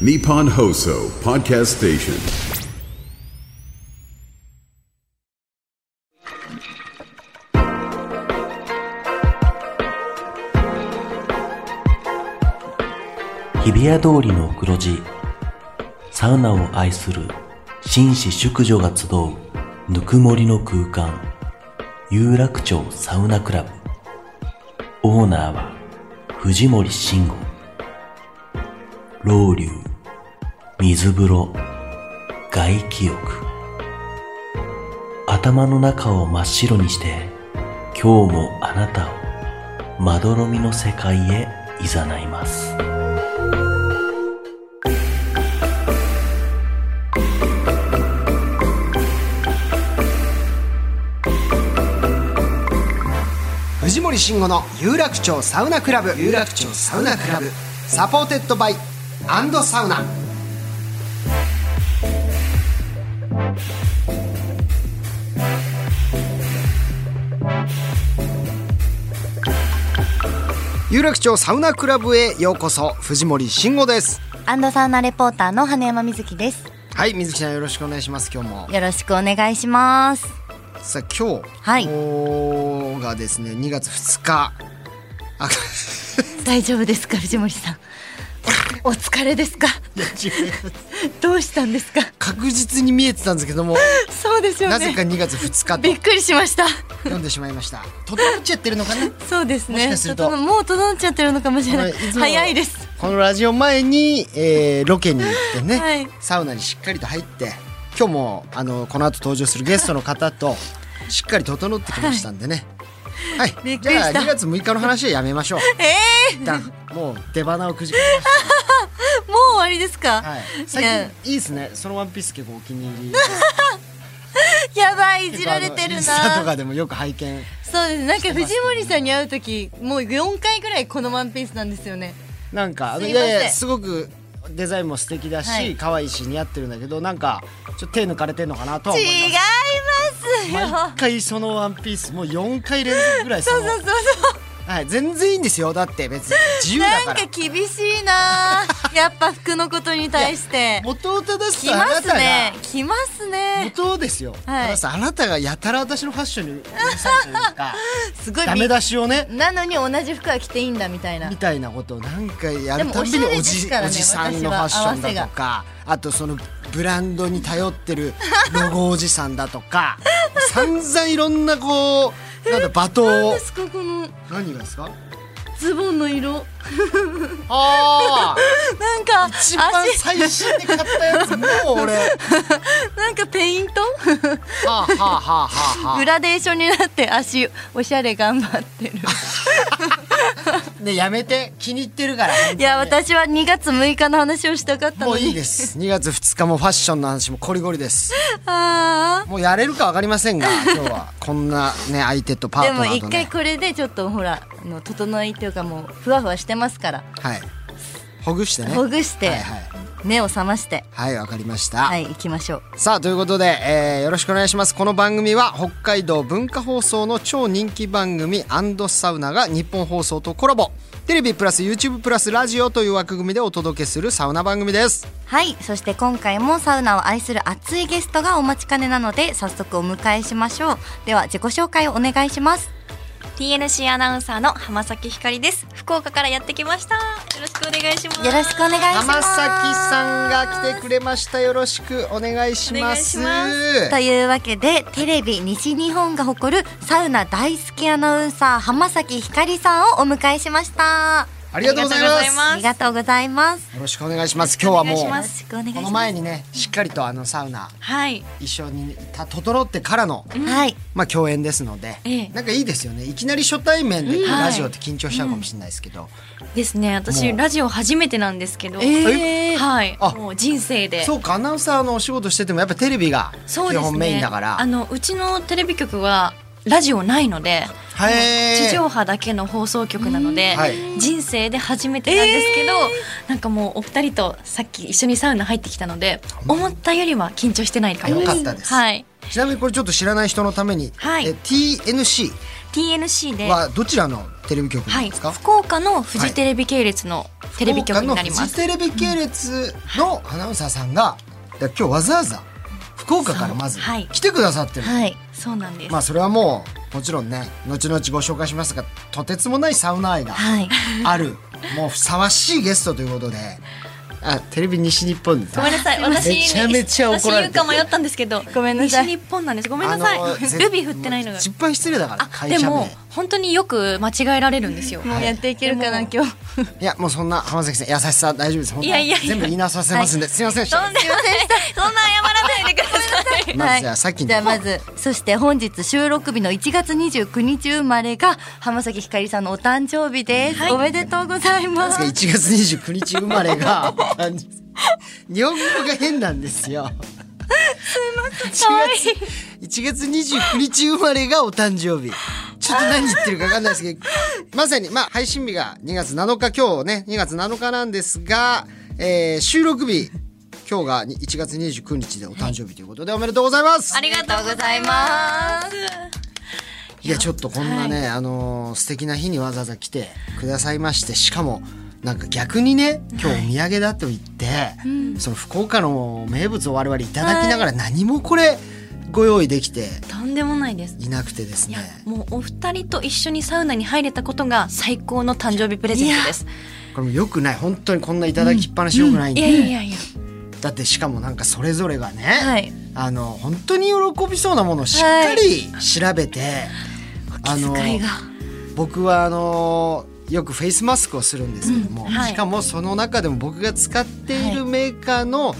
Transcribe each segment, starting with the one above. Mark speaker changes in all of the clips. Speaker 1: Nippon Hoso Podcast Station.
Speaker 2: 日比谷通りの黒字サウナを愛する紳士淑女が集うぬくもりの空間有楽町サウナクラブオーナーは藤森慎吾老流水風呂外気浴頭の中を真っ白にして今日もあなたをまどろみの世界へ誘います
Speaker 3: 藤森慎吾の有楽町サウナクラブ有楽町サウナクラブサポーテッドバイアンドサウナ有楽町サウナクラブへようこそ藤森慎吾です
Speaker 4: アンドサウナレポーターの羽山瑞希です。
Speaker 3: はい水木さんよろしくお願いします今日も
Speaker 4: よろしくお願いします。
Speaker 3: さあ今日、
Speaker 4: はい
Speaker 3: おーがですね2月2日 あ
Speaker 4: 大丈夫ですか藤森さん。お疲れですか。どうしたんですか。
Speaker 3: 確実に見えてたんですけども
Speaker 4: そう ですよね。
Speaker 3: なぜか2月2日と
Speaker 4: びっくりしました。
Speaker 3: 読んでしまいました。とどっちゃってるのかな。
Speaker 4: そうですね。
Speaker 3: もしかすると
Speaker 4: 整もう整っちゃってるのかもしれない。
Speaker 3: これつも
Speaker 4: 早いです。。
Speaker 3: このラジオ前に、えーロケに行ってね、
Speaker 4: はい
Speaker 3: サウナにしっかりと入って、今日もあのこの後登場するゲストの方 としっかり整ってきましたんでね。はい。
Speaker 4: びっく
Speaker 3: じ
Speaker 4: りし
Speaker 3: ゃあ
Speaker 4: た
Speaker 3: 2月6日の話はやめまし ょう。
Speaker 4: ええ
Speaker 3: 一旦もう出花をくじけまし
Speaker 4: ー、もう終わりですか。
Speaker 3: た。はい。
Speaker 4: いや
Speaker 3: 最近いいですね。そのワンピース結構お気に入り。
Speaker 4: やばいいじられて
Speaker 3: 結構あのイ
Speaker 4: る
Speaker 3: ンスタと
Speaker 4: な。
Speaker 3: かでもよく拝見。
Speaker 4: そうです。なんか藤森さんに会うときもう4回ぐらいこのワンピースなんですよね。
Speaker 3: なんかあの
Speaker 4: す
Speaker 3: い
Speaker 4: いません
Speaker 3: やいやすごくデザインも素敵だし、
Speaker 4: はい
Speaker 3: 可愛いし似合ってるんだけどなんかちょっと手抜かれてんのかなとは思い
Speaker 4: 違い
Speaker 3: ます
Speaker 4: ますよ。
Speaker 3: 毎回そのワンピースもう4回連続ぐらいそ
Speaker 4: そ
Speaker 3: の
Speaker 4: うそうそうそう。
Speaker 3: はい、全然いいんですよだって別に自由だ
Speaker 4: な
Speaker 3: か
Speaker 4: ん
Speaker 3: ら
Speaker 4: か厳し いなぁやっぱ服のことに対して
Speaker 3: 元を正す
Speaker 4: き
Speaker 3: あ
Speaker 4: ま
Speaker 3: な
Speaker 4: す
Speaker 3: たが、
Speaker 4: ねきますね
Speaker 3: 元をですよ、
Speaker 4: はい
Speaker 3: 正すあなたがやたら私のファッションにうるさいというか
Speaker 4: すごい
Speaker 3: ダメ出しをね
Speaker 4: なのに同じ服は着ていいんだみたいな
Speaker 3: みたいなことを何回やるたんび
Speaker 4: で
Speaker 3: に
Speaker 4: もおしゃれ
Speaker 3: お
Speaker 4: です
Speaker 3: じ,、
Speaker 4: からね
Speaker 3: おじさんのファッションだとかあとそのブランドに頼って るロゴおじさんだとか散々いろんなこうなんだ罵
Speaker 4: 何
Speaker 3: 倒
Speaker 4: ですかこの
Speaker 3: 何がですか
Speaker 4: ズボンの色
Speaker 3: ああ
Speaker 4: なんか
Speaker 3: 一
Speaker 4: 足
Speaker 3: 番最新で買ったやつもう俺は
Speaker 4: なんかペイント
Speaker 3: あはあはあ はあ
Speaker 4: グラデーションになって足おしゃれ頑張ってる
Speaker 3: ねやめて気に入ってるから
Speaker 4: いや私は2月6日の話をしたかった
Speaker 3: も
Speaker 4: の
Speaker 3: う
Speaker 4: に
Speaker 3: いいです2月2日もファッションの話もコリゴリです
Speaker 4: あ
Speaker 3: もうやれるかわかりませんが今日はこんなね相手とパ
Speaker 4: ー
Speaker 3: ー
Speaker 4: で
Speaker 3: トナー
Speaker 4: も
Speaker 3: とね
Speaker 4: 一回これでちょっとほらあの整いっていうかもうふわふわしてますから
Speaker 3: はい。ほぐしてね。
Speaker 4: ほぐして
Speaker 3: はいはい。
Speaker 4: 目を覚まして
Speaker 3: はい、わかりました。
Speaker 4: はい行きましょう
Speaker 3: さあ、ということで、えーよろしくお願いします。この番組は、北海道文化放送の超人気番組サウナが日本放送とコラボ。テレビプラス YouTube プラスラジオという枠組みでお届けするサウナ番組です。
Speaker 4: はいそして今回もサウナを愛する熱いゲストがお待ちかねなので早速お迎えしましょうでは自己紹介をお願いします
Speaker 5: TNC アナウンサーの浜崎ひかりです福岡からやってきましたよろしくお願いします
Speaker 4: よろしくお願いしま
Speaker 3: 浜
Speaker 4: す
Speaker 3: 崎さんが来てくれました。よろしくお願いします。
Speaker 5: お願
Speaker 4: というわけでテレビ西日本が誇るサウナ大好きアナウンサー浜崎ひかりさんをお迎えしました
Speaker 3: ありがとうございま
Speaker 5: ありがとうござい
Speaker 3: す。
Speaker 5: ま
Speaker 3: よ
Speaker 4: ありがとうございます
Speaker 3: ろしくお願いします。今日はもう
Speaker 5: お、願
Speaker 4: よろ
Speaker 5: い
Speaker 4: しくお願いし
Speaker 3: こ
Speaker 4: ま
Speaker 3: の
Speaker 4: す
Speaker 3: 前にね、しっかりとあのサウナ、
Speaker 5: はい
Speaker 3: 一緒にいた整ってからの、
Speaker 4: はい
Speaker 3: まあ、共演ですので、
Speaker 5: ええ
Speaker 3: なんかいいですよねいきなり初対面でこう
Speaker 5: はい
Speaker 3: ラジオって緊張しちゃうかもしれないですけど、
Speaker 5: ですね私
Speaker 3: もう
Speaker 5: ラジオ初めてなんですけど、
Speaker 3: え
Speaker 5: はい
Speaker 3: あ
Speaker 5: もう人生で
Speaker 3: そうかアナウンサーのお仕事しててもやっぱテレビが基
Speaker 5: そうです
Speaker 3: 本
Speaker 5: ね
Speaker 3: メインだから、
Speaker 5: あのうちのテレビ局はラジオないので
Speaker 3: へー
Speaker 5: 地上波だけの放送局なので、
Speaker 3: はい
Speaker 5: 人生で初めてなんですけど、なんかもうお二人とさっき一緒にサウナ入ってきたので思ったよりは緊張してないかも
Speaker 3: よかったです
Speaker 5: はい
Speaker 3: ちなみにこれちょっと知らない人のために、
Speaker 5: はい
Speaker 3: え TNC
Speaker 5: TNC で、は
Speaker 3: はどちらのテレビ局なん
Speaker 5: い、
Speaker 3: ですか、
Speaker 5: 福岡のフジテレビ系列のテレビ局になりま
Speaker 3: 福
Speaker 5: す。
Speaker 3: 岡のフジテレビ系列のアナウンサーさんが、だから今日わざわざ福岡からまず
Speaker 5: そうはい
Speaker 3: 来てくださってる、
Speaker 5: はい、そうなんです。
Speaker 3: まあそれはもうもちろんね後々ご紹介しますがとてつもないサウナ愛が
Speaker 4: はい。
Speaker 3: ある、もうふさわしいゲストということであテレビ西日本です
Speaker 5: ごめんなさい、私 に
Speaker 3: めちゃめちゃ怒られてる
Speaker 5: 私言うか迷ったんです けど、ごめんなさい。西日本なんです。ごめんなさい。 ルビー振ってないのが。
Speaker 3: 失敗失礼だから
Speaker 5: あ、
Speaker 3: 会
Speaker 5: で
Speaker 3: 社名
Speaker 5: も本当によく間違えられるんですよ。
Speaker 4: もうやっていけるかな、今日。
Speaker 3: いやもうそんな浜崎さん優しさ大丈夫です本当に
Speaker 5: いやいやいや
Speaker 3: 全部言い直させますんで、すいませんでした
Speaker 5: とんでもないそんな謝らないでくだ さい。
Speaker 3: ま
Speaker 4: は
Speaker 3: ず
Speaker 4: い
Speaker 3: じゃあさっきの
Speaker 4: じゃあ まずそして本日収録日の1月29日生まれが浜崎ひかりさんのお誕生日です、おめでとうございま
Speaker 3: です
Speaker 4: す
Speaker 3: が1月29日生まれが誕生日日本語が変なんですよ。す1月1月29日生まれがお誕生日ちょっと何言ってるか分かんないですけどまさにまあ配信日が2月7日今日ね2月7日なんですが、えー収録日今日が1月29日でお誕生日ということでおめでとうございます、
Speaker 5: ありがとうございます。
Speaker 3: いやちょっとこんなね、あのー素敵な日にわざわざ来てくださいましてしかもなんか逆にね今日お土産だと言って、その福岡の名物を我々いただきながら何もこれご用意できて
Speaker 5: とんでもないです。
Speaker 3: いなくてです
Speaker 5: い
Speaker 3: ね
Speaker 5: や、もうお二人と一緒にサウナに入れたことが最高の誕生日プレゼントです。
Speaker 3: これもよくない本当にこんないただきっぱなしよくないん
Speaker 5: い
Speaker 3: で、
Speaker 5: やいやいやいや。
Speaker 3: だってしかもなんかそれぞれがね、
Speaker 4: はい
Speaker 3: あの本当に喜びそうなものをしっかり調べて、あの
Speaker 4: 使いが
Speaker 3: 僕はあのよくフェイスマスクをするんですけども、
Speaker 5: うんはい
Speaker 3: しかもその中でも僕が使っているメーカーの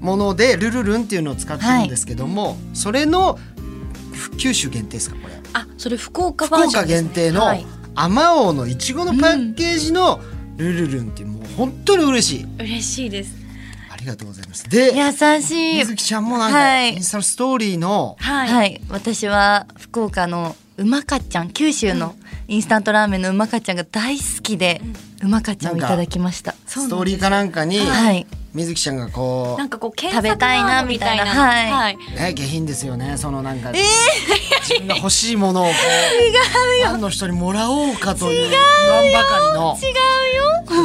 Speaker 3: ものでルルルンっていうのを使ってるんですけども、それの九州限定ですかこれ
Speaker 5: あ、それ福岡
Speaker 3: 福
Speaker 5: バージョ
Speaker 3: 岡
Speaker 5: ンです、
Speaker 3: 限
Speaker 5: ね。
Speaker 3: 定の
Speaker 5: はい
Speaker 3: あまおうのいちごのパッケージのルルルンっていうもう本当に嬉しい
Speaker 5: 嬉しいです。
Speaker 3: ありがとうございますで
Speaker 4: 優しい
Speaker 3: 水木ちゃんもなんか
Speaker 4: はい
Speaker 3: インスタのストーリーの
Speaker 5: はい。
Speaker 4: はい私は福岡のうまかっちゃん九州のインスタントラーメンのうまかっちゃんが大好きで、うまかっちゃんをいただきました
Speaker 5: うなんです
Speaker 3: ストーリーかなんかに
Speaker 4: はい
Speaker 3: 水木ちゃんがこう
Speaker 5: なんかこう検
Speaker 4: 食べ
Speaker 5: 索
Speaker 4: たいな
Speaker 5: ワードみたいな。
Speaker 4: みたいな
Speaker 5: は。
Speaker 4: はい
Speaker 3: ね、下品ですよねそのなんか、自分が欲しいものをこうファンの人にもらおうかという言わんばかりの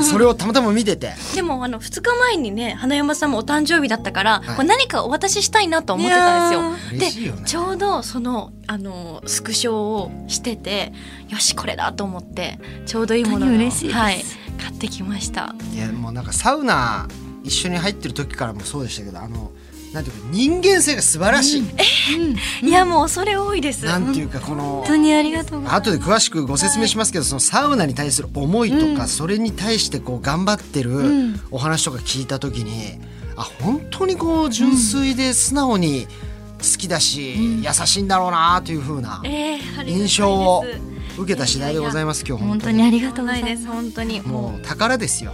Speaker 3: それをたまたま見てて
Speaker 5: でもあの2日前にね花山さんもお誕生日だったから、
Speaker 3: はい
Speaker 5: これ何かお渡ししたいなと思ってたんですよ。で
Speaker 3: 嬉しいよね
Speaker 5: ちょうどそのあのスクショをしててよしこれだと思ってちょうどいいもの
Speaker 4: 本当
Speaker 5: を
Speaker 4: に嬉しいです
Speaker 5: はい、買ってきました。
Speaker 3: いやもうなんかサウナ一緒に入ってる時からもそうでしたけどあのなんていうか人間性が素晴らしい、
Speaker 5: いやもう恐れ多いです。
Speaker 3: なんていうかこの
Speaker 4: 本当にありがとうございま
Speaker 3: 後で詳しくご説明しますけど、そのサウナに対する思いとか、それに対してこう頑張ってるお話とか聞いた時に、あ本当にこう純粋で素直に好きだし、優しいんだろうなというふうな
Speaker 5: えーありがたいです
Speaker 3: 印象を受けた次第でございます今日
Speaker 4: す本
Speaker 3: 本
Speaker 4: 当
Speaker 3: 当
Speaker 4: にあ
Speaker 3: に
Speaker 4: りがとうござい
Speaker 5: ない
Speaker 4: ま
Speaker 5: ですす本当にも
Speaker 3: もう
Speaker 5: う
Speaker 3: 宝です よ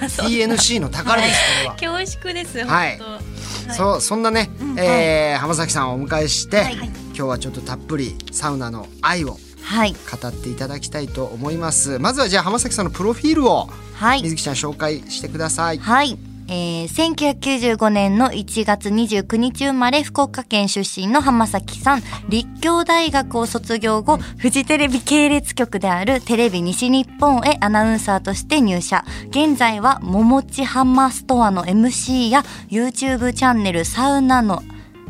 Speaker 3: TNC の宝ですこ れは。
Speaker 5: 恐縮です。
Speaker 3: はい
Speaker 5: 本
Speaker 3: そうそんなね、えー浜崎さんをお迎えして、
Speaker 5: いはい
Speaker 3: 今日はちょっとたっぷりサウナの愛を
Speaker 4: はい
Speaker 3: 語っていただきたいと思いますまずはじゃあ浜崎さんのプロフィールを
Speaker 4: はい
Speaker 3: 水木ちゃん紹介してください、
Speaker 4: はい。えー、1995年の1月29日生まれ福岡県出身の浜崎さん立教大学を卒業後フジテレビ系列局であるテレビ西日本へアナウンサーとして入社現在は桃地浜ストアの MC や YouTube チャンネルサウナの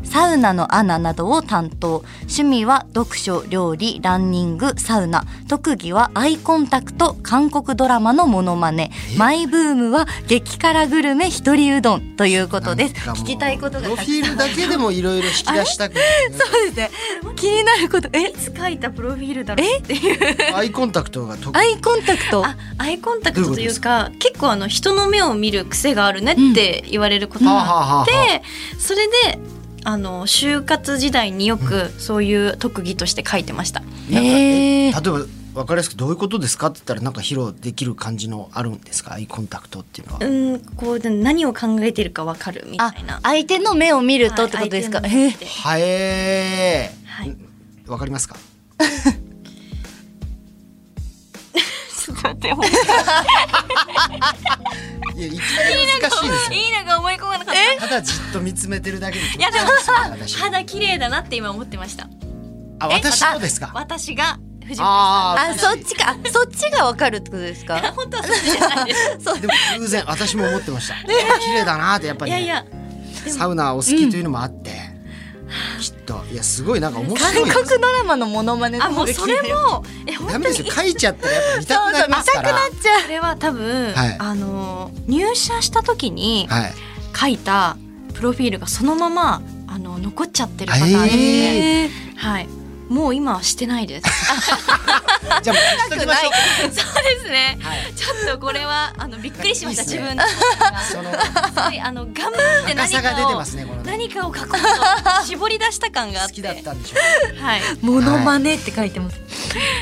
Speaker 4: サウナのアナなどを担当趣味は読書料理ランニングサウナ特技はアイコンタクト韓国ドラマのモノマネマイブームは激辛グルメ一人うどんということです
Speaker 3: なんかもう
Speaker 4: 聞きたいことが
Speaker 3: プ
Speaker 4: た
Speaker 3: ロ
Speaker 4: く
Speaker 3: フ
Speaker 4: さん
Speaker 3: ィールだけでもいろいろ引き出したくなるね
Speaker 4: そうですね気になることえ
Speaker 5: 当書いたプロフィールだろうっていう。
Speaker 3: アイコンタクトが得
Speaker 4: ア
Speaker 3: 意
Speaker 4: イコンタクト
Speaker 5: あアイコンタクトというか結構あの人の目を見る癖があるねって言われること
Speaker 3: はあは
Speaker 5: があ
Speaker 3: あはあ
Speaker 5: って、それであの就活時代によくそういう特技として書いてました。
Speaker 3: なんか
Speaker 4: え
Speaker 3: え例え
Speaker 4: ー
Speaker 3: ば分かりやすくどういうことですかって言ったらなんか披露できる感じのあるんですかアイコンタクトっていうのは、
Speaker 5: うんこうで何を考えてるかわかるみた
Speaker 4: あ
Speaker 5: いな。
Speaker 4: 相手の目を見るとってことですか、
Speaker 5: はい
Speaker 4: え
Speaker 5: 相
Speaker 4: ー
Speaker 5: 手の
Speaker 3: はえ
Speaker 5: はい
Speaker 3: ーわかりますか
Speaker 5: ちょっと待ってもう
Speaker 3: いやいきなり難しいですよ
Speaker 5: いいのが思い込まなかった。
Speaker 3: ただじっと見つめてるだけでい
Speaker 5: いやでも
Speaker 3: 私
Speaker 5: 肌綺麗だなって今思ってました。
Speaker 3: あ
Speaker 5: え
Speaker 3: 私のですか
Speaker 5: 私が藤森さん
Speaker 3: あ
Speaker 4: あ、そっちか、あそっちがわかるってことです
Speaker 5: いや
Speaker 4: か。
Speaker 5: 本当はそっちじゃないです
Speaker 3: でも偶然私も思ってま した綺麗だなってやっぱ
Speaker 5: い
Speaker 3: り、
Speaker 5: や
Speaker 3: ね、
Speaker 5: いや
Speaker 3: サウナお好きというのもあって、きっといやすごいなんか面
Speaker 4: 韓
Speaker 3: 白いです
Speaker 4: 国ドラマのモノマネ。
Speaker 5: あ もうそれ。もえ本
Speaker 3: ダ
Speaker 5: 当
Speaker 3: メ
Speaker 5: に
Speaker 3: ですよ書いちゃったらやっぱ見たくなります から
Speaker 4: そうそう見じゃあ
Speaker 5: それは多分、
Speaker 3: はい
Speaker 5: あの入社した時に
Speaker 3: はい
Speaker 5: 書いたプロフィールがそのままあの残っちゃってるパターンで、
Speaker 3: え
Speaker 5: はいもう今はしてないです
Speaker 3: じゃあ もう書きましょう
Speaker 5: そうですね、
Speaker 3: はい
Speaker 5: ちょっとこれはあのびっくりしました
Speaker 3: いいっすね
Speaker 5: 自
Speaker 3: そ
Speaker 5: 分の
Speaker 3: の
Speaker 5: すごいあの頑張って
Speaker 3: 深
Speaker 5: 何
Speaker 3: さが出て
Speaker 5: かを
Speaker 3: ますねこのね
Speaker 5: 何かを書こうと絞り出した感があっ
Speaker 3: 好
Speaker 5: て
Speaker 3: きだったんでしょ
Speaker 5: はい
Speaker 4: モノマネって書いてます。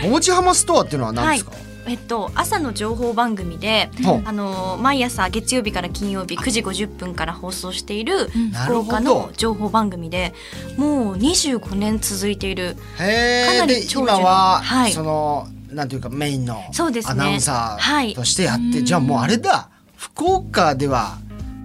Speaker 3: うおもちはまストアっていうのは何ですか、
Speaker 5: えっと、朝の情報番組で、
Speaker 3: ほう
Speaker 5: あの毎朝月曜日から金曜日9時50分から放送している
Speaker 3: な
Speaker 5: 福
Speaker 3: る
Speaker 5: 岡
Speaker 3: ほど
Speaker 5: の情報番組でもう25年続いている
Speaker 3: へ
Speaker 5: か
Speaker 3: え
Speaker 5: なり
Speaker 3: で
Speaker 5: 長寿
Speaker 3: 今
Speaker 5: の
Speaker 3: は、
Speaker 5: はい
Speaker 3: そのなんていうかメインの
Speaker 5: そうですね
Speaker 3: アナウンサ
Speaker 5: は
Speaker 3: ー
Speaker 5: い
Speaker 3: としてやって、じゃあもうあれだ福岡では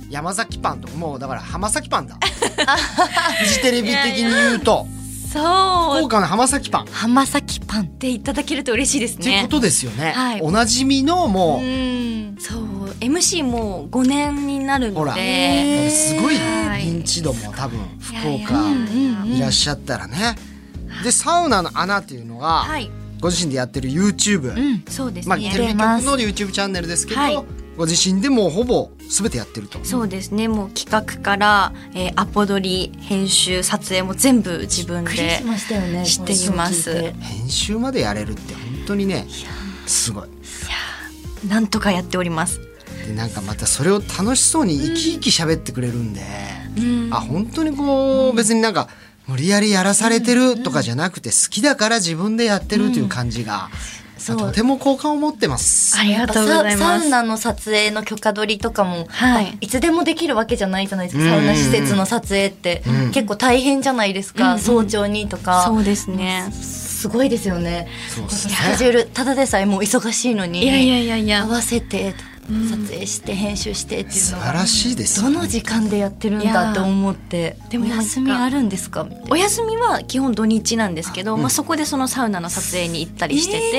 Speaker 3: 山崎パンともうだから浜崎 パンだフジテレビ的に言うと
Speaker 5: そう
Speaker 3: 福
Speaker 5: っ
Speaker 3: 岡の浜崎パン、
Speaker 4: 浜崎パン。
Speaker 5: ていただけると嬉しいです
Speaker 3: っていう
Speaker 5: ね
Speaker 3: こ。とですよね、
Speaker 5: はい
Speaker 3: おなじみのもう、
Speaker 4: うん。
Speaker 5: そう MC もう5年になる
Speaker 3: ほ
Speaker 5: の
Speaker 3: ら
Speaker 5: で
Speaker 3: すごい
Speaker 5: はい
Speaker 3: 認知度も多分福
Speaker 5: いやいや
Speaker 3: 岡
Speaker 5: うんうん
Speaker 3: いらっしゃったらね。でサウナの穴っていうのが、
Speaker 5: はい
Speaker 3: ご自身でやってる YouTube、
Speaker 4: うん。
Speaker 5: そうです
Speaker 3: まあ、
Speaker 5: ね
Speaker 3: テ。レビ局
Speaker 4: ます
Speaker 3: の YouTube チャンネルですけど、
Speaker 5: はい
Speaker 3: ご自身でもうほぼ全てやってると。
Speaker 5: そうですねもう企画から、えーアポ取り編集撮影も全部自分
Speaker 4: びっくり
Speaker 5: で
Speaker 4: しましたよね。
Speaker 5: 知っていま
Speaker 4: こ
Speaker 5: す
Speaker 4: れそう聞いて
Speaker 3: 編集までやれるって本当にねすごい。
Speaker 5: なんとかやっております。
Speaker 3: でなんかまたそれを楽しそうに生き生き喋ってくれるんで、
Speaker 5: うん
Speaker 3: あ本当にこう別になんか無理やりやらされてるとかじゃなくて好きだから自分でやってるという感じが、
Speaker 4: そう
Speaker 3: とても好感を持ってます。
Speaker 5: ありがとうござい
Speaker 4: サ
Speaker 5: ま
Speaker 4: ウ
Speaker 5: す。
Speaker 4: ナの撮影の許可取りとかも、
Speaker 5: はい
Speaker 4: あいつでもできるわけじゃないじゃないですか、
Speaker 3: うん
Speaker 4: サウナ施設の撮影って、
Speaker 3: うん
Speaker 4: 結構大変じゃないですか、早朝にとか
Speaker 5: そうですね。
Speaker 4: すごいですよね
Speaker 3: そうですね
Speaker 4: スケジュールただでさえもう忙しいのに
Speaker 5: いやいやいやい
Speaker 4: 合
Speaker 5: や。
Speaker 4: わせて撮影して編集してっていう
Speaker 3: 素
Speaker 4: の
Speaker 3: 晴
Speaker 4: が
Speaker 3: らしいです
Speaker 4: ど
Speaker 3: よ。
Speaker 4: の時間でやってるん
Speaker 5: いや
Speaker 4: だと思って
Speaker 5: でも
Speaker 4: お
Speaker 5: なんか
Speaker 4: 休みあるんですかみたい
Speaker 5: お
Speaker 4: な
Speaker 5: 休みは基本土日なんですけど、まあそこでそのサウナの撮影に行ったりして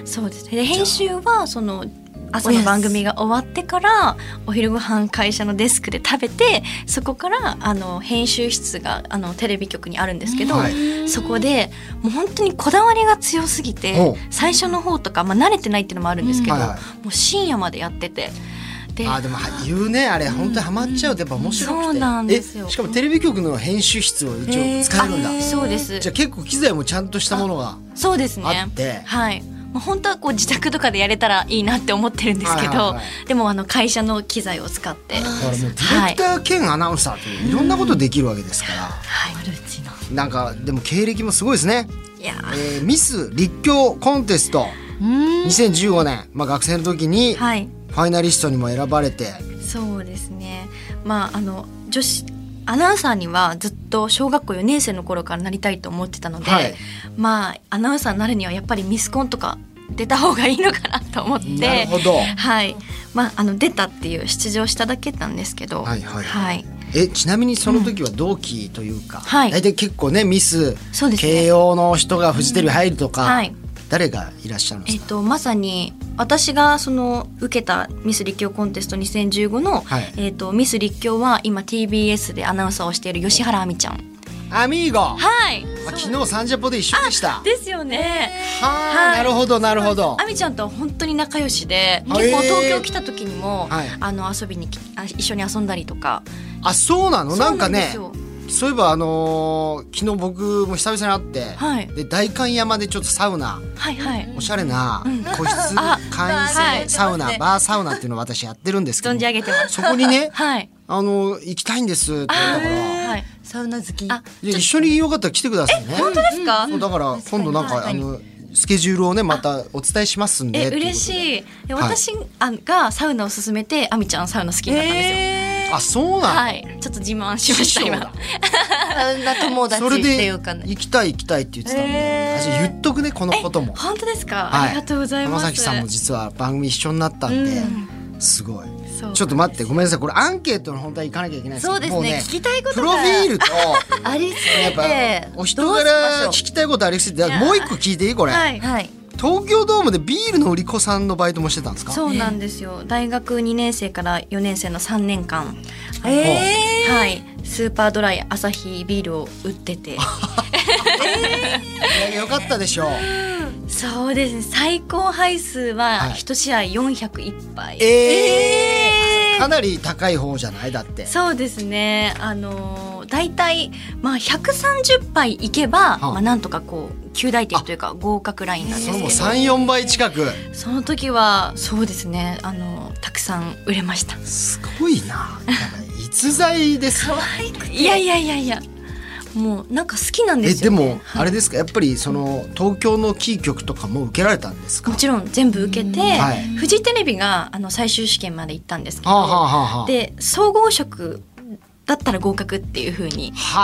Speaker 5: て、そうですね。で編集はその朝の番組が終わってからお昼ご飯会社のデスクで食べてそこからあの編集室があのテレビ局にあるんですけど、
Speaker 3: は
Speaker 5: そこでもう本当にこだわりが強すぎ
Speaker 3: おう
Speaker 5: て最初の方とか、まあ、慣れてないっていうのもあるんですけど、
Speaker 3: うんはいは
Speaker 5: もう深夜までやっててで
Speaker 3: あーでもは言うねあれ本当にハマっちゃうとやっぱ面白くて、
Speaker 5: そうなんですよ
Speaker 3: えしかもテレビ局の編集室を一応使えるんだ、
Speaker 4: へー
Speaker 5: そうです
Speaker 3: じゃあ結構機材もちゃんとしたものが
Speaker 5: そうです
Speaker 3: あ
Speaker 5: ね
Speaker 3: って
Speaker 5: はいまあ本当はこう自宅とかでやれたらいいなって思ってるんですけど、
Speaker 3: はいはいは
Speaker 5: でもあの会社の機材を使って
Speaker 3: だからもうディレクター兼アナウンサーといういろんなことできるわけですから、
Speaker 5: はい
Speaker 4: マルチな、
Speaker 3: なんかでも経歴もすごいですね、
Speaker 5: いや
Speaker 3: え
Speaker 5: ー
Speaker 3: ーミス立教コンテスト2015年、まあ、学生の時にフ
Speaker 5: はい
Speaker 3: ァイナリストにも選ばれて、
Speaker 5: そうですねまああの女子アナウンサーにはずっと小学校4年生の頃からなりたいと思ってたので、
Speaker 3: はい
Speaker 5: まあアナウンサーになるにはやっぱりミスコンとか出た方がいいのかなと思って
Speaker 3: なるほど
Speaker 5: はいまあ、あの出たっていう出場しただけなんですけど
Speaker 3: はいはい
Speaker 5: はい、
Speaker 3: えちなみにその時は同期というか、
Speaker 5: はい
Speaker 3: 大体結構ねミス
Speaker 5: そうですね
Speaker 3: 慶応の人がフジテレビ入るとか、
Speaker 5: はい
Speaker 3: 誰がいらっしゃるんで
Speaker 5: え
Speaker 3: す
Speaker 5: っ
Speaker 3: か、
Speaker 5: と、まさに私がその受けたミス立教コンテスト2015の、
Speaker 3: はい
Speaker 5: えっと、ミス立教は今 TBS でアナウンサーをしている吉原亜美ちゃん。
Speaker 3: アミーゴ、
Speaker 5: はい
Speaker 3: まあ、昨日サンジャポで一緒でした
Speaker 5: ですよね。
Speaker 3: は
Speaker 5: はい
Speaker 3: あなるほどなるほど
Speaker 5: 亜美ちゃんとは本当に仲良しで
Speaker 3: あ
Speaker 5: 結構
Speaker 3: へー
Speaker 5: 東京来た時にも、
Speaker 3: はい
Speaker 5: あの遊びにきあ一緒に遊んだりとか
Speaker 3: あそうなのなんかね
Speaker 5: そうなんですよ
Speaker 3: そういえばあのー昨日僕も久々に会って、
Speaker 5: はい
Speaker 3: で代官山でちょっとサウナ
Speaker 5: はいはい
Speaker 3: おしゃれな個室
Speaker 5: あ
Speaker 3: 会員
Speaker 5: は
Speaker 3: 制
Speaker 5: い
Speaker 3: サウナ、バーサウナっていうのを私やってるんですけど
Speaker 5: 存じ上げてます
Speaker 3: そこにね
Speaker 5: はい
Speaker 3: あの行きたいんですって言ったから
Speaker 5: はい
Speaker 4: サウナ好き
Speaker 5: あ
Speaker 3: いや一緒によかったら来てくださいね本当です
Speaker 5: ですか、
Speaker 3: だから今度なんかあのスケジュールをねまたお伝えしますんで
Speaker 5: え
Speaker 3: っていうことで
Speaker 5: 嬉しいで
Speaker 3: はい
Speaker 5: 私あがサウナを勧めて亜美ちゃんサウナ好きになったんですよ、
Speaker 3: あそうなの、
Speaker 5: はいちょっと自慢しました今
Speaker 4: サウナ友達
Speaker 3: そ
Speaker 4: って
Speaker 3: れで
Speaker 4: いうかね
Speaker 3: 行きたい行きたいって言ってたんで、
Speaker 4: へー
Speaker 3: 私言っとくねこのことも、
Speaker 5: 本当ですか、
Speaker 3: はい
Speaker 5: ありがとうございま
Speaker 3: 浜
Speaker 5: す
Speaker 3: 崎さんも実は番組一緒になったんで、すごい
Speaker 5: そう
Speaker 3: ちょっと待ってごめんなさいこれアンケートの本題行かなきゃいけないんですけど
Speaker 4: そうですね
Speaker 3: も
Speaker 4: 聞きたいこと
Speaker 3: プ
Speaker 4: が
Speaker 3: ロフィールと
Speaker 4: ありす
Speaker 3: や
Speaker 4: ぎ
Speaker 3: ってぱお人柄
Speaker 4: どう
Speaker 3: 聞
Speaker 4: し
Speaker 3: きたいことありすぎてだからもう一個聞いていいこれ、
Speaker 5: はい
Speaker 4: はい
Speaker 3: 東京ドームでビールの売り子さんのバイトもしてたんですか
Speaker 5: そうなんですよ大学2年生から4年生の3年間
Speaker 4: えー
Speaker 5: はいスーパードライアサヒビールを売ってて
Speaker 3: いやよかったでしょう
Speaker 5: そうですね最高杯数は
Speaker 3: はい
Speaker 5: 1試合401杯、
Speaker 3: えーかなり高い方じゃないだって
Speaker 5: そうですねあのー大体、まあ、130杯いけば、
Speaker 3: あ
Speaker 5: まあ、なんとかこう旧大点というか合格ラインなんです
Speaker 3: そ
Speaker 5: け
Speaker 3: れも
Speaker 5: ど
Speaker 3: 三四倍近く
Speaker 5: その時はそうですねあのたくさん売れました
Speaker 3: すごいななんか逸材ですよ
Speaker 5: いやいやいやいやもうなんか好きなんで
Speaker 3: え
Speaker 5: す
Speaker 3: で
Speaker 5: よ、ね、
Speaker 3: もあれですかやっぱりその東京のキー局とかも受けられたんですか
Speaker 5: もちろん全部受けて、
Speaker 3: はい
Speaker 5: フジテレビがあの最終試験まで行ったんですけど、
Speaker 3: はあはあはあはあ
Speaker 5: で総合職だったら合格っていうふうに
Speaker 3: は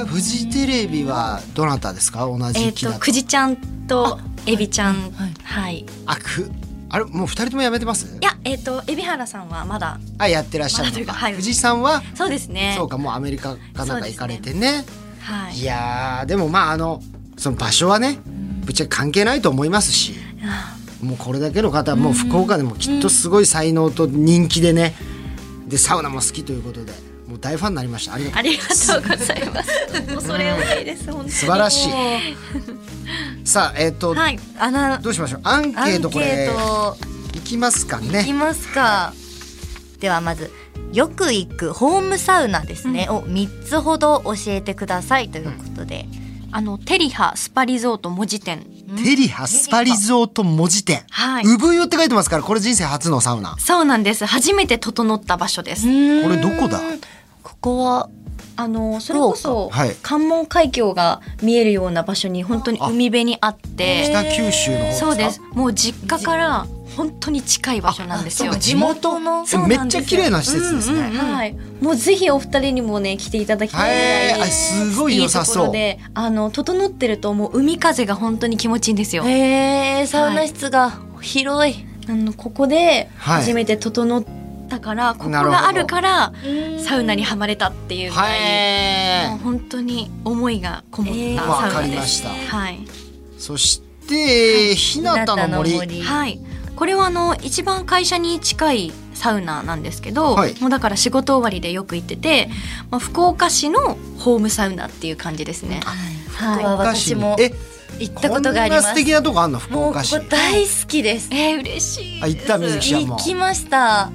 Speaker 3: あ、えフジテレビはどなたですか同
Speaker 5: え
Speaker 3: じ
Speaker 5: っ、
Speaker 3: 期だ
Speaker 5: と
Speaker 3: と、
Speaker 5: くじちゃんとエビちゃん
Speaker 4: はい
Speaker 5: はい
Speaker 3: あくあれもう二人ともやめてます
Speaker 5: いや、えっ、と、海老原さんはまだ、
Speaker 3: あやってらっしゃる
Speaker 5: まだとい
Speaker 3: の
Speaker 5: う
Speaker 3: か、
Speaker 5: かはい
Speaker 3: 藤井さんは、
Speaker 5: そうですね。
Speaker 3: そうかもうアメリカかなんか行かれてね
Speaker 5: はい。
Speaker 3: いやーでもまああのその場所はねぶっちゃけ関係ないと思いますし
Speaker 5: あ
Speaker 3: もうこれだけの方はもう福岡でもきっとすごい才能と人気でねでサウナも好きということでもう大ファンになりましたありがとう
Speaker 5: ありがとうござい ます。恐れ多いです。本当に
Speaker 3: 素晴らしい
Speaker 5: も
Speaker 3: さあえっ、と、
Speaker 5: うはい。
Speaker 4: あの
Speaker 3: どうしましょうアンケ
Speaker 4: アンケ
Speaker 3: ートこれ
Speaker 4: ート
Speaker 3: いきますか
Speaker 4: いき
Speaker 3: ね
Speaker 4: ますか。ではまずよく行くホームサウナですね、を三つほど教えてくださいということで、
Speaker 5: あの、テリハスパリゾート文字店。
Speaker 3: テリハスパリゾート文字店
Speaker 5: はい
Speaker 3: 産湯って書いてますからこれ人生初のサウナ
Speaker 5: そうなんです。初めて整った場所です。
Speaker 3: これどこだ
Speaker 4: ここは
Speaker 5: あの、それこ
Speaker 3: そ、
Speaker 5: そう
Speaker 3: かはい
Speaker 5: 関門海峡が見えるような場所に、本当に海辺にあって。
Speaker 3: 北九州の方ですか
Speaker 5: そうです。もう実家から、本当に近い場所なんですよ。
Speaker 3: 地元
Speaker 4: の
Speaker 5: そうなん
Speaker 3: め
Speaker 5: です
Speaker 3: っ
Speaker 5: よ
Speaker 3: ちゃ綺麗な施設ですね、
Speaker 5: はい、もうぜひお二人にもね来ていただきたい
Speaker 3: へ
Speaker 5: ぐ
Speaker 3: ー
Speaker 5: ら
Speaker 3: あ
Speaker 5: い
Speaker 3: すごい良さそう
Speaker 5: いいところであの整ってるともう海風が本当に気持ちいいんですよ。
Speaker 4: へえサウナ室が広い、
Speaker 5: あのここで
Speaker 3: はい
Speaker 5: 初めて整ったから、ここ
Speaker 3: なるほど
Speaker 5: があるからサウナにはまれたっていうぐらい、も
Speaker 3: は
Speaker 5: う本当に思いがこもっ
Speaker 4: えー
Speaker 5: た
Speaker 3: わか
Speaker 5: サウナ
Speaker 3: り
Speaker 5: で。
Speaker 3: ますした
Speaker 5: はい、
Speaker 3: いそして日向の森
Speaker 4: 日向の
Speaker 5: はい、これはあの一番会社に近いサウナなんですけど、
Speaker 3: はい
Speaker 5: もうだから仕事終わりでよく行ってて、まあ、福岡市のホームサウナっていう感じですね。
Speaker 4: ここは
Speaker 5: は
Speaker 4: 私も
Speaker 3: え
Speaker 4: 行ったことがありま
Speaker 3: こんな素
Speaker 4: す
Speaker 3: 敵なとこあんの福
Speaker 4: もうこ
Speaker 3: 岡市
Speaker 4: こ大好きです
Speaker 5: い、えー、嬉しいです。
Speaker 3: あ行った水木ちゃんも
Speaker 4: 行きました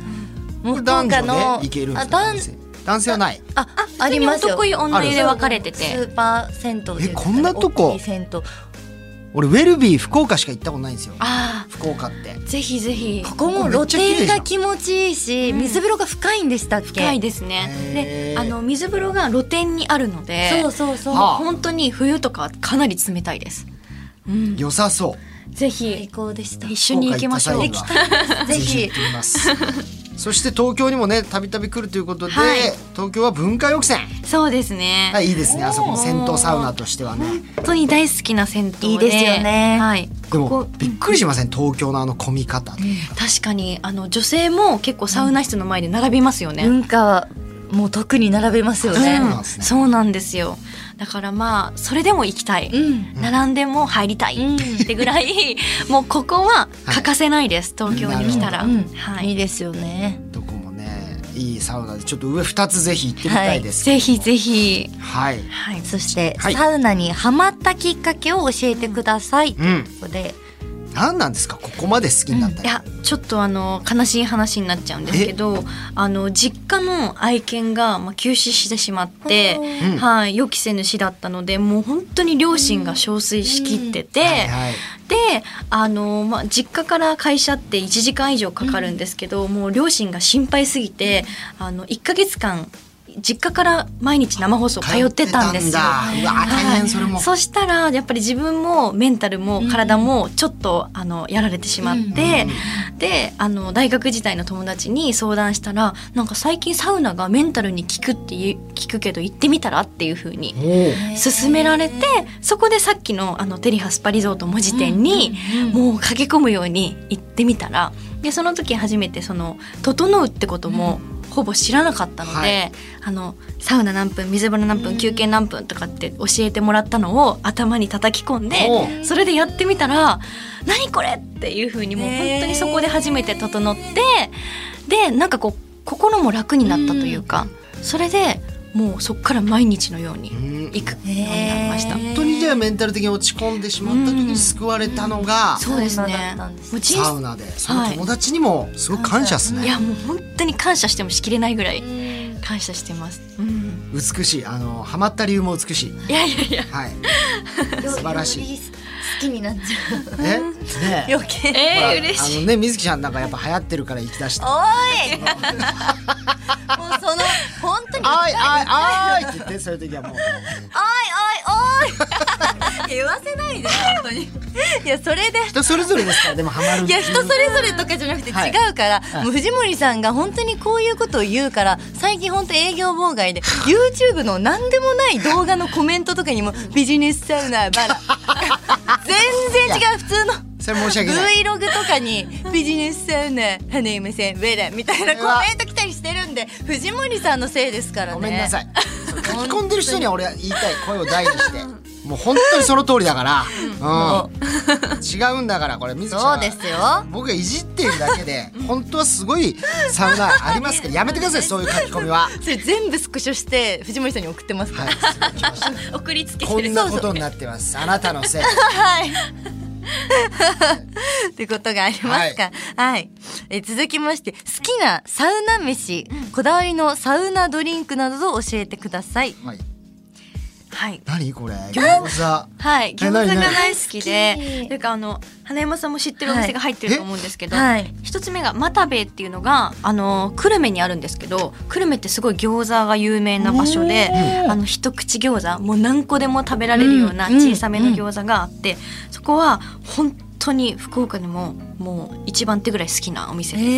Speaker 4: もう福岡
Speaker 3: 男女ね
Speaker 4: の
Speaker 3: 行けるんです
Speaker 4: あ
Speaker 3: か
Speaker 4: だん
Speaker 3: 男性男性はない
Speaker 4: あありますよ
Speaker 5: 男湯女湯で分かれて
Speaker 4: ス
Speaker 5: て。
Speaker 4: ーパー銭湯という
Speaker 3: えこんなとこ
Speaker 4: 大きい銭湯
Speaker 3: 俺ウェルビー福岡しか行ったことないんですよ
Speaker 5: あ
Speaker 3: 福岡って
Speaker 5: あ、ぜひぜひ。
Speaker 4: ここも露天が気持ちいいし、水風呂が深いんでしたっけ
Speaker 5: 深いですね
Speaker 3: へ。ー
Speaker 5: で、あの水風呂が露天にあるので。
Speaker 4: そうそうそう、
Speaker 3: はあ
Speaker 5: 本当に冬とかはかなり冷たいです。うん、
Speaker 3: 良さそう
Speaker 4: 最
Speaker 5: ぜひ
Speaker 4: 高でした
Speaker 5: 一緒に行きましょう。
Speaker 3: 福岡行った際は
Speaker 4: ぜ
Speaker 3: ぜ
Speaker 4: ひ
Speaker 3: ひ行ってみます そして東京にもねたびたび来るということで、
Speaker 5: はい
Speaker 3: 東京は文化浴船
Speaker 5: そうですね。
Speaker 3: はいいいですねあそこ銭湯サウナとしてはね
Speaker 5: 本当に大好きな銭湯で。
Speaker 4: いいですよね
Speaker 5: はい。
Speaker 3: でも
Speaker 5: ここ
Speaker 3: びっくりしません東京のあの混み方
Speaker 5: 確かにあの女性も結構サウナ室の前で並びますよね。
Speaker 4: 文化はもう特に並べますよね、
Speaker 3: う
Speaker 5: うんん
Speaker 3: なんですね
Speaker 5: そうなんですよだからまあそれでも行きたい、並んでも入りたい、ってぐらい もうここは欠かせないです、東京に来たら、
Speaker 4: うん、
Speaker 5: は
Speaker 4: い
Speaker 5: いい、
Speaker 4: ですよね
Speaker 3: どこもねいいサウナでちょっと上2つぜひ行ってみたいですけど
Speaker 5: ぜひぜひ、
Speaker 3: はい、
Speaker 5: はい、
Speaker 4: そして、
Speaker 3: はい
Speaker 4: サウナにハマったきっかけを教えてください、ということで
Speaker 3: 何なんですかここまで好きになった
Speaker 5: い
Speaker 3: ら、
Speaker 5: やちょっとあの悲しい話になっちゃうんですけどあの実家の愛犬が、まあ、急死してしまって、
Speaker 3: ん
Speaker 5: はい、予期せぬ死だったのでもう本当に両親が憔悴しきってて、
Speaker 3: はいはい
Speaker 5: であの、まあ、実家から会社って1時間以上かかるんですけど、もう両親が心配すぎてあの1ヶ月間実家から毎日生放送通ってたんです
Speaker 3: 通ってたん
Speaker 5: よ。
Speaker 3: だうわ大変
Speaker 5: はい
Speaker 3: それも
Speaker 5: そしたらやっぱり自分もメンタルも体もちょっと、あのやられてしまって、であの大学時代の友達に相談したらなんか最近サウナがメンタルに効くっていう効くけど行ってみたらっていうふうに
Speaker 3: おー
Speaker 5: 勧められてそこでさっきのあのテリハスパリゾート文字店にもう駆け込むように行ってみたらでその時初めてその「整う」ってこともほぼ知らなかったので、
Speaker 3: はい
Speaker 5: あのサウナ何分水風呂何分休憩何分とかって教えてもらったのを頭に叩き込んで
Speaker 3: お
Speaker 5: それでやってみたら「何これ!」っていう風にもう本当にそこで初めて整ってでなんかこう心も楽になったというかそれでもうそこから毎日のように行くようになりました。
Speaker 4: へー
Speaker 3: 本当にじゃあメンタル的に落ち込んでしまった時に救われたのが
Speaker 5: そうです
Speaker 4: サウナだっ
Speaker 5: ね。
Speaker 4: た
Speaker 5: も
Speaker 4: んです
Speaker 5: う人
Speaker 3: サウ
Speaker 5: 生
Speaker 3: ナでその友達にもすごく感謝です
Speaker 5: い
Speaker 3: ね
Speaker 5: やもう本当に感謝してもしきれないぐらい感謝してます。うん
Speaker 3: 美しいあのハマった理由も美しい
Speaker 5: いやいやいや。
Speaker 3: はい
Speaker 4: 素
Speaker 3: 素晴らしい
Speaker 4: 好きになっちゃう。
Speaker 3: ねね
Speaker 4: 余計。
Speaker 5: えー、嬉
Speaker 3: あ
Speaker 5: しい。
Speaker 3: のね水木ちゃんなんかやっぱ流行ってるから行き出して「
Speaker 4: おい。もうその本当に。
Speaker 3: あいあいあい」って言ってそういう時はもう
Speaker 4: おいおいおい。言わせないで本当に。いやそれで。
Speaker 3: 人それぞれですからでもハマる
Speaker 4: いや人それぞれとかじゃなくて違
Speaker 3: はいう
Speaker 4: から、
Speaker 3: い
Speaker 4: もう藤森さんが本当にこういうことを言うから最近本当営業妨害で YouTube の何でもない動画のコメントとかにもビジネスサウナバラ全然違う普通の
Speaker 3: それ申し訳ない
Speaker 4: Vlog とか にビジネスサウナ花嫁せんウェラみたいなコメント来たりしてるんで藤森さんのせいですからね
Speaker 3: ごめんなさいそれ書き込んでる人には俺は言いたい声を大にしてもう本当にその通りだから、うん、違うんだからこれ水木ちゃ
Speaker 4: そ
Speaker 3: ん
Speaker 4: う
Speaker 3: は
Speaker 4: ですよ
Speaker 3: 僕がいじってるだけで本当はすごいサウナありますからやめてくださいそういう書き込みは。
Speaker 4: それ全部スクショして藤森さんに送ってますか
Speaker 3: は
Speaker 4: ら、
Speaker 3: い、すごい来ました
Speaker 5: 送りつけ
Speaker 3: こん
Speaker 5: てる。
Speaker 3: なことになってます。あなたのせい。
Speaker 4: ってことがありますか。はい、えー続きまして、好きなサウナ飯、こだわりのサウナドリンクなどを教えてください。
Speaker 3: はい。
Speaker 5: はい。
Speaker 3: 何これ？餃子。
Speaker 5: はい、餃子が
Speaker 3: え何何
Speaker 5: 大好きで
Speaker 4: 好き、
Speaker 5: というかあの花山さんも知ってるお店が入ってると思うんですけど、
Speaker 4: はいえ
Speaker 5: 一つ目がマタベっていうのがあの久留米にあるんですけど、久留米ってすごい餃子が有名な場所で、あの一口餃子もう何個でも食べられるような
Speaker 4: うん
Speaker 5: 小さめの餃子があって、そこは本当に福岡でももう一番手ぐらい好きなお店。い
Speaker 3: め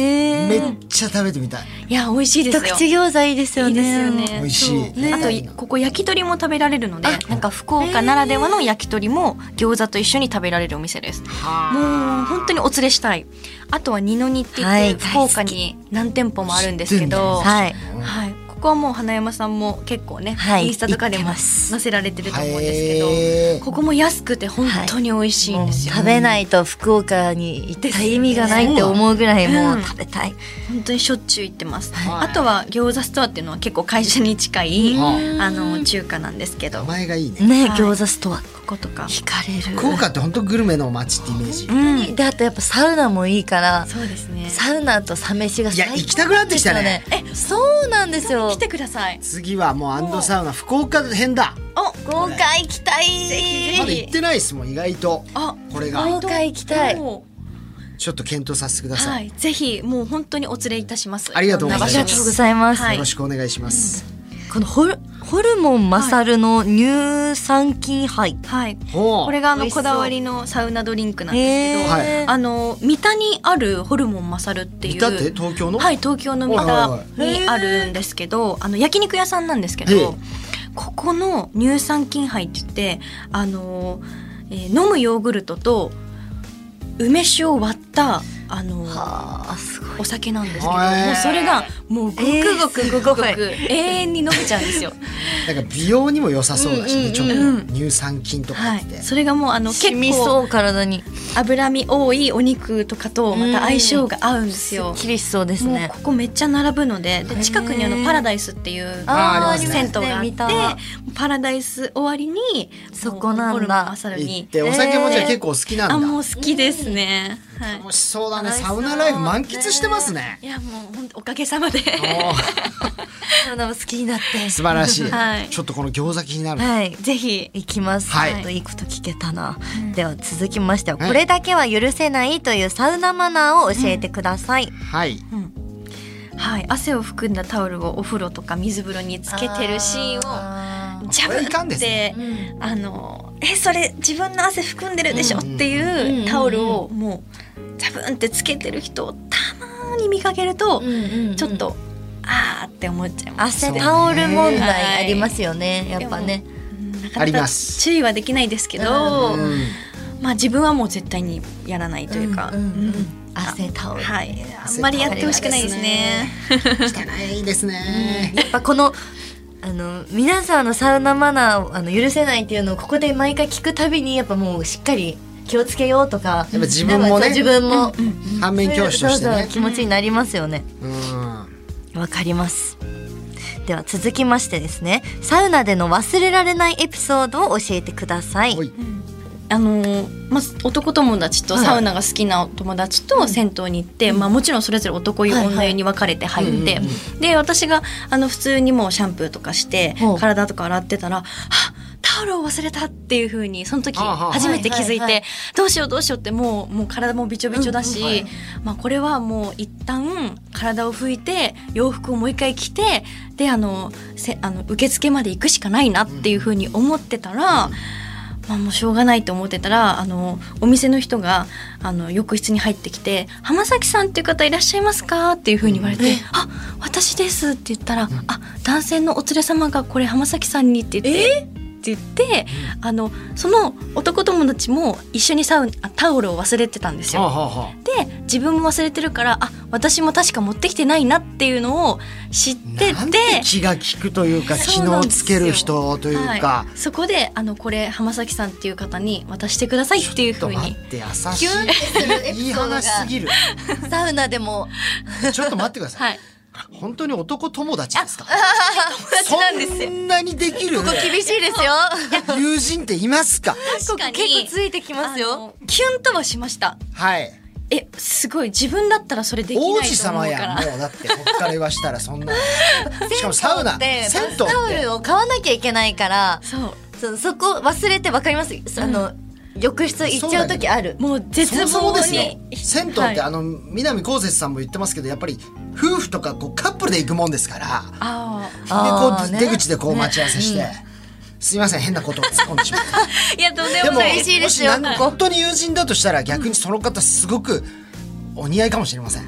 Speaker 4: え
Speaker 3: っちゃ食べてみたい。
Speaker 5: や美味しいです
Speaker 4: 一
Speaker 5: よ。
Speaker 4: 口餃子いいですよ
Speaker 5: いい
Speaker 4: ね。
Speaker 5: ですよね。
Speaker 3: 美味しい
Speaker 5: そう
Speaker 3: ね
Speaker 5: あといここ焼き鳥も食べられるので、なんか福岡ならではの焼き鳥も餃子と一緒に食べられるお店です。もう本当にお連れしたい。あとは二の二って言って、
Speaker 4: はい
Speaker 5: 福岡に何店舗もあるんですけ
Speaker 4: 知って
Speaker 5: ど、
Speaker 4: んだはい
Speaker 5: はいここはもう花山さんも結構ね、
Speaker 4: はい
Speaker 5: インスタとかで
Speaker 4: 行
Speaker 5: も
Speaker 4: って
Speaker 5: 載
Speaker 4: ます
Speaker 5: せられてると思うんですけど、
Speaker 3: へー
Speaker 5: ここも安くて本当に美味しいんですよ。
Speaker 4: 食べないと福岡に行った意味がないって思うぐらいもう食べたい。
Speaker 5: 本当にしょっちゅう行ってます、
Speaker 3: はい
Speaker 5: あとは餃子ストアっていうのは結構会社に近い、
Speaker 3: うん
Speaker 5: あの中華なんですけど
Speaker 3: 名
Speaker 5: こ
Speaker 3: 前がいいね。
Speaker 4: ね、
Speaker 5: はい
Speaker 4: 餃子ストア。
Speaker 5: ことか
Speaker 4: 惹かれる。
Speaker 3: 福岡って本当グルメの街ってイメージ。
Speaker 5: うん、
Speaker 4: で、あとやっぱサウナもいいから、
Speaker 5: そうですね。
Speaker 4: サウナとサ飯が最
Speaker 3: い
Speaker 4: 高
Speaker 3: や行きたくなってきたね
Speaker 4: ですよね。え、そうなんですよ
Speaker 5: 来。てください。
Speaker 3: 次はもうアンドサウナ福岡編だ。
Speaker 5: お、
Speaker 4: 豪華行きたい。
Speaker 5: ひ
Speaker 3: まだ
Speaker 5: ぜひ
Speaker 3: 行ってないですもん意外と。
Speaker 5: あ、
Speaker 3: これ
Speaker 4: 豪
Speaker 3: が
Speaker 4: 華行きたい。
Speaker 5: も
Speaker 3: ちょっと検討させてく
Speaker 5: う
Speaker 3: ださ。
Speaker 5: はいい、ぜひもう本当にお連れいたします。
Speaker 3: ありがとうござい
Speaker 4: あ
Speaker 3: ます
Speaker 4: りがとうご
Speaker 5: い
Speaker 4: ざいます。
Speaker 5: はい
Speaker 3: よろしくお願いします。
Speaker 4: このホルホルモンマサルの乳酸菌杯。
Speaker 5: ます。はい、
Speaker 3: ほう。
Speaker 5: これがあ
Speaker 4: 美
Speaker 5: の
Speaker 4: 味しそ
Speaker 5: こ
Speaker 4: う
Speaker 5: だわりのサウナドリンクなんですけ
Speaker 4: え
Speaker 5: ど、
Speaker 3: はい
Speaker 4: あ
Speaker 5: あの三田にあるホルモンマサルっていう。
Speaker 3: 見たって東京の。
Speaker 5: はい、東京の三
Speaker 3: は
Speaker 5: 田
Speaker 4: いはいはい
Speaker 5: にあるんですけど、あの焼肉屋さんなんですけ
Speaker 3: ええ
Speaker 5: ど、ここの乳酸菌杯って言って、あの、えー飲むヨーグルトと梅酒を割ったあの
Speaker 4: あーすごい。
Speaker 5: お酒なんですけど、
Speaker 3: へえ
Speaker 5: もうそれがもうごくごくごくごく、
Speaker 4: えーすご
Speaker 5: 永遠に飲めちゃうん ですよ。
Speaker 3: なんか美容にも良さそうだしね。ちょっと
Speaker 5: うん
Speaker 3: 乳酸菌とか
Speaker 5: は
Speaker 3: 入っ
Speaker 5: い
Speaker 3: て。、
Speaker 5: それがもうあの結
Speaker 4: 染み
Speaker 5: 構
Speaker 4: そう体に。
Speaker 5: 脂身多いお肉とかとまた相性が合うんです
Speaker 4: すっ
Speaker 5: よ。
Speaker 4: きりしそうです
Speaker 5: もう
Speaker 4: ね
Speaker 5: こ。こめっちゃ並ぶのでで近くにあ
Speaker 4: へ
Speaker 5: の
Speaker 4: ー
Speaker 5: パラダイスっていう
Speaker 3: あーあります
Speaker 5: 銭
Speaker 3: ね
Speaker 5: 湯があっ
Speaker 4: 見
Speaker 5: て
Speaker 4: た
Speaker 5: パラダイス終わりに
Speaker 4: そこなんだ
Speaker 5: もうホルモンマサル
Speaker 3: 行っ
Speaker 5: に
Speaker 3: てお酒もじゃあ結構好きな
Speaker 5: あ
Speaker 3: んだ。
Speaker 5: もう好きですね、はい
Speaker 3: 楽しそうだね。サウナライフ満喫してますね。
Speaker 5: いやもう本当おかげさまで
Speaker 3: おー
Speaker 4: 体も好きになって。
Speaker 3: 素晴らしい、
Speaker 5: はい
Speaker 3: ちょっとこの餃子気になる、
Speaker 4: はい。
Speaker 5: ぜひ
Speaker 4: 行きます。
Speaker 3: はい
Speaker 4: ちょっといいこと聞けたな。では続きましては、
Speaker 3: はい
Speaker 4: これだけは許せないというサウナマナーを教えてください。
Speaker 3: はい
Speaker 5: はい、汗を含んだタオルをお風呂とか水風呂につけてるシーンを
Speaker 4: ン
Speaker 5: ジャブ
Speaker 3: これいかん
Speaker 5: っ
Speaker 3: です
Speaker 5: て
Speaker 4: うん
Speaker 5: あのえそれ自分の汗含んでるでしょ
Speaker 3: う
Speaker 5: っ
Speaker 3: ん
Speaker 5: て
Speaker 4: うんう
Speaker 5: い
Speaker 4: ん
Speaker 5: うタオルをもうジャブンってつけてる人をたまーに見かけるとちょっとあーって思っちゃいます。
Speaker 4: 汗タオル問題ありますよね、やっぱね
Speaker 5: なかなか
Speaker 3: あります
Speaker 5: 注意はできないですけど、
Speaker 3: うん
Speaker 5: まあ自分はもう絶対にやらないというか、
Speaker 4: うんうんうん
Speaker 5: うん
Speaker 4: 汗タオル、
Speaker 5: はい、あ
Speaker 3: 汗
Speaker 5: んまりやってほしくないですね。
Speaker 3: 汚いですね。
Speaker 4: やっぱこのあの皆さんのサウナマナーをあの許せないっていうのをここで毎回聞くたびにやっぱもうしっかり気をつけようとか
Speaker 3: やっぱ自分もね
Speaker 4: そう自分も、
Speaker 3: 反面教師として
Speaker 4: そうそ
Speaker 3: ね
Speaker 4: う。気持ちになりますよね
Speaker 3: うん
Speaker 4: わかりますでは続きましてですねサウナでの忘れられないエピソードを教えてください
Speaker 3: おい
Speaker 5: あのーまず男友達と
Speaker 4: はい
Speaker 5: サウナが好きなお友達と銭湯に行って、まあ、もちろんそれぞれ男湯、
Speaker 4: はいはい
Speaker 5: 女湯に分かれて入って、
Speaker 3: うんうん
Speaker 5: で私があの普通にもうシャンプーとかして
Speaker 4: ほう
Speaker 5: 体とか洗ってたら「はっタオルを忘れたっていう風にその時
Speaker 3: ああああ
Speaker 5: 初めて気づいて、
Speaker 4: はいはいはい
Speaker 5: どうしようどうしようってもうもう体もびちょびちょだし、
Speaker 3: うんうんはい
Speaker 5: まあ、これはもう一旦体を拭いて洋服をもう一回着てであのせあの受付まで行くしかないなっていう風に思ってたら。まあ、もうしょうがないと思ってたらあのお店の人があの浴室に入ってきて「浜崎さんっていう方いらっしゃいますか?」っていうふうに言われて「あ私です」って言ったら「あ男性のお連れ様がこれ浜崎さんに」って言って。って言ってあのその男友達も一緒にサウナあタオルを忘れてたんです
Speaker 3: はあ
Speaker 5: よ。
Speaker 3: はあは
Speaker 5: で自分も忘れてるからあ私も確か持ってきてないなっていうのを知っ
Speaker 3: あ
Speaker 5: てて
Speaker 3: なんて気が利くというか
Speaker 5: そ
Speaker 3: 気
Speaker 5: うな
Speaker 3: の
Speaker 5: んですよ
Speaker 3: つける人というか
Speaker 5: は。い、そこであのこれ浜崎さんっていう方に渡してくださいっていう
Speaker 3: ちょっ
Speaker 5: ふう
Speaker 3: と待
Speaker 5: に
Speaker 3: って優
Speaker 4: キュンって
Speaker 3: し
Speaker 4: する
Speaker 3: い。
Speaker 4: エ
Speaker 3: い
Speaker 4: ピ
Speaker 3: い
Speaker 4: ソードが
Speaker 3: 話すぎる。
Speaker 4: サウナでも
Speaker 3: ちょっと待ってください。
Speaker 5: はい
Speaker 3: 本当に男友達ですか。
Speaker 5: 達なんですよ
Speaker 3: そんなにできる
Speaker 4: 厳しいです よ
Speaker 3: 友人っていますか。
Speaker 5: 確かに
Speaker 4: 結構ついてきます
Speaker 5: あ
Speaker 4: よ
Speaker 5: のキュンとはしました
Speaker 3: はい。
Speaker 5: えすごい自分だったらそれできないと
Speaker 3: 王
Speaker 5: 思うから
Speaker 3: 子様やんもうだってこっから言わしたらそ んなしかもサウナ
Speaker 4: でバ
Speaker 3: 銭湯っ
Speaker 4: スタオ
Speaker 3: て
Speaker 4: ルを買わなきゃいけないから
Speaker 5: そ
Speaker 4: そそこ忘れてわかります、あの浴室行っちゃう時ある
Speaker 5: うもう絶
Speaker 3: そも
Speaker 5: 望に
Speaker 3: そもですよ銭湯って、
Speaker 5: はい
Speaker 3: あの南こうせつさんも言ってますけどやっぱり夫婦とかこうカップルで行くもんですからで
Speaker 5: あ
Speaker 4: あ
Speaker 3: こ
Speaker 4: ー
Speaker 3: う、
Speaker 4: ね
Speaker 3: 出口でこう待ち合わせして、すいません変なことを突っ込んでしまっ
Speaker 5: ーいやとんで
Speaker 3: た
Speaker 5: もない
Speaker 4: 嬉しい ですよ
Speaker 3: もしなん本当に友人だとしたら逆にその方すごくお似合いかもしれません、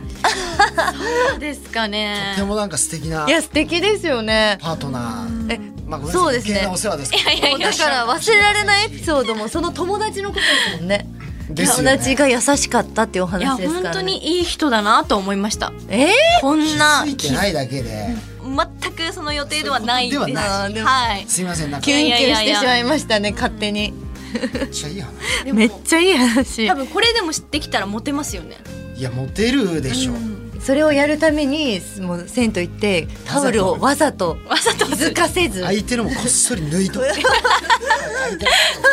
Speaker 5: ですかね
Speaker 3: でもなんか素敵ない
Speaker 4: や素敵ですよね
Speaker 3: パートナー、
Speaker 4: え
Speaker 3: まあごめんなさい
Speaker 4: そうです
Speaker 3: 余
Speaker 4: ね
Speaker 3: 計なお世話ですけど
Speaker 4: もうだから忘れられないエピソードもその友達のことですもんね。
Speaker 3: ですよ
Speaker 4: 友
Speaker 3: ね
Speaker 4: 達が優しかったっていうお
Speaker 5: いや
Speaker 4: 話ですから、
Speaker 5: 本
Speaker 4: ね。
Speaker 5: 当。にいい人だなと思いました
Speaker 4: ええ
Speaker 5: こんな
Speaker 3: ついてないだけで、
Speaker 5: 全くその予定ではないです
Speaker 3: ではない
Speaker 4: あーでも
Speaker 5: はい
Speaker 3: すいませんなんか
Speaker 4: キ
Speaker 3: め
Speaker 4: ュ
Speaker 3: っ
Speaker 4: ンキュンし
Speaker 5: いやいや
Speaker 4: て
Speaker 5: いや
Speaker 4: しまいましたね勝手に。
Speaker 3: ちゃいい話
Speaker 4: めっちゃいい話
Speaker 5: 多。分これでも知ってきたらモテますよね
Speaker 3: いやモテるでしょ、
Speaker 4: それをやるためにもう銭湯行ってタオルをわざと
Speaker 5: わざと
Speaker 4: 気づかせず。
Speaker 3: 相手のもこっそり抜いと って相手のも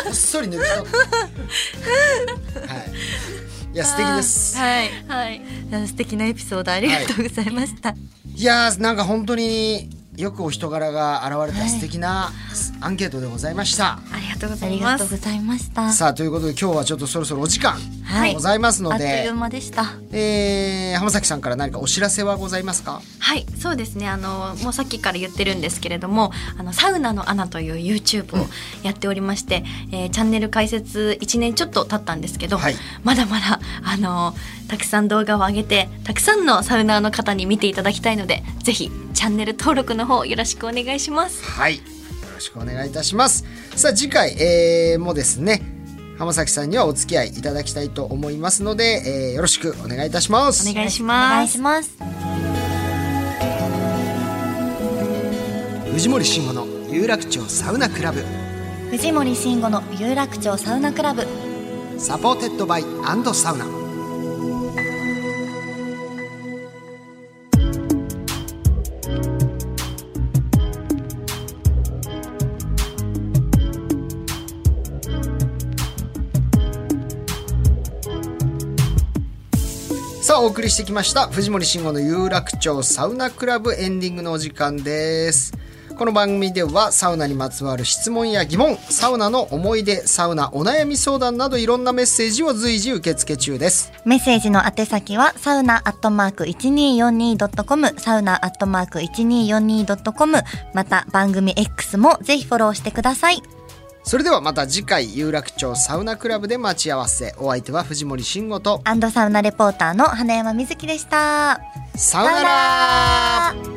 Speaker 3: こっそり抜きとってはいいや素敵です、
Speaker 4: はい。
Speaker 5: はい
Speaker 4: 素敵なエピソードありがとうございました。
Speaker 3: い、やーなんか本当によくお人柄が現れた素敵なアンケートでございました、
Speaker 5: ありがとうござ
Speaker 4: あ
Speaker 5: い
Speaker 4: りが
Speaker 5: ます
Speaker 4: とうございました。
Speaker 3: さあということで今日はちょっとそろそろお時間
Speaker 4: はい
Speaker 3: ございます
Speaker 4: あ
Speaker 3: の
Speaker 4: っと
Speaker 3: で、
Speaker 4: いう間でした。
Speaker 3: えー浜崎さんから何かお知らせはございますか
Speaker 5: はい、そうですね。あのもうさっきから言ってるんですけれども、あのサウナのアナという YouTube をやっておりまして、えーチャンネル開設1年ちょっと経ったんですけど、
Speaker 3: はい
Speaker 5: まだまだあのたくさん動画を上げて、たくさんのサウナーの方に見ていただきたいので、ぜひチャンネル登録の方よろしくお願いします。
Speaker 3: はい。よろしくお願いいたします。さあ次回、えーもですね、浜崎さんにはお付き合いいただきたいと思いますので、えーよろしくお願いいたします。
Speaker 5: お願いし
Speaker 4: お願
Speaker 5: ま
Speaker 4: いし
Speaker 5: す。
Speaker 4: ます。
Speaker 3: 藤森慎吾の有楽町サウナクラブ
Speaker 4: 藤森慎吾の有楽町サウナクラブ。
Speaker 3: サポーテッドバイサウナ。さあお送りしてきました藤森慎吾の有楽町サウナクラブエンディングのお時間ですこの番組ではサウナにまつわる質問や疑問サウナの思い出サウナお悩み相談などいろんなメッセージを随時受付中です
Speaker 4: メッセージの宛先はサウナアットマーク 1242.com サウナアットマーク 1242.com また番組 X もぜひフォローしてください
Speaker 3: それではまた次回有楽町サウナクラブで待ち合わせお相手は藤森慎吾と
Speaker 4: アンドサウナレポーターの花山瑞希でした
Speaker 3: さよなら
Speaker 4: ー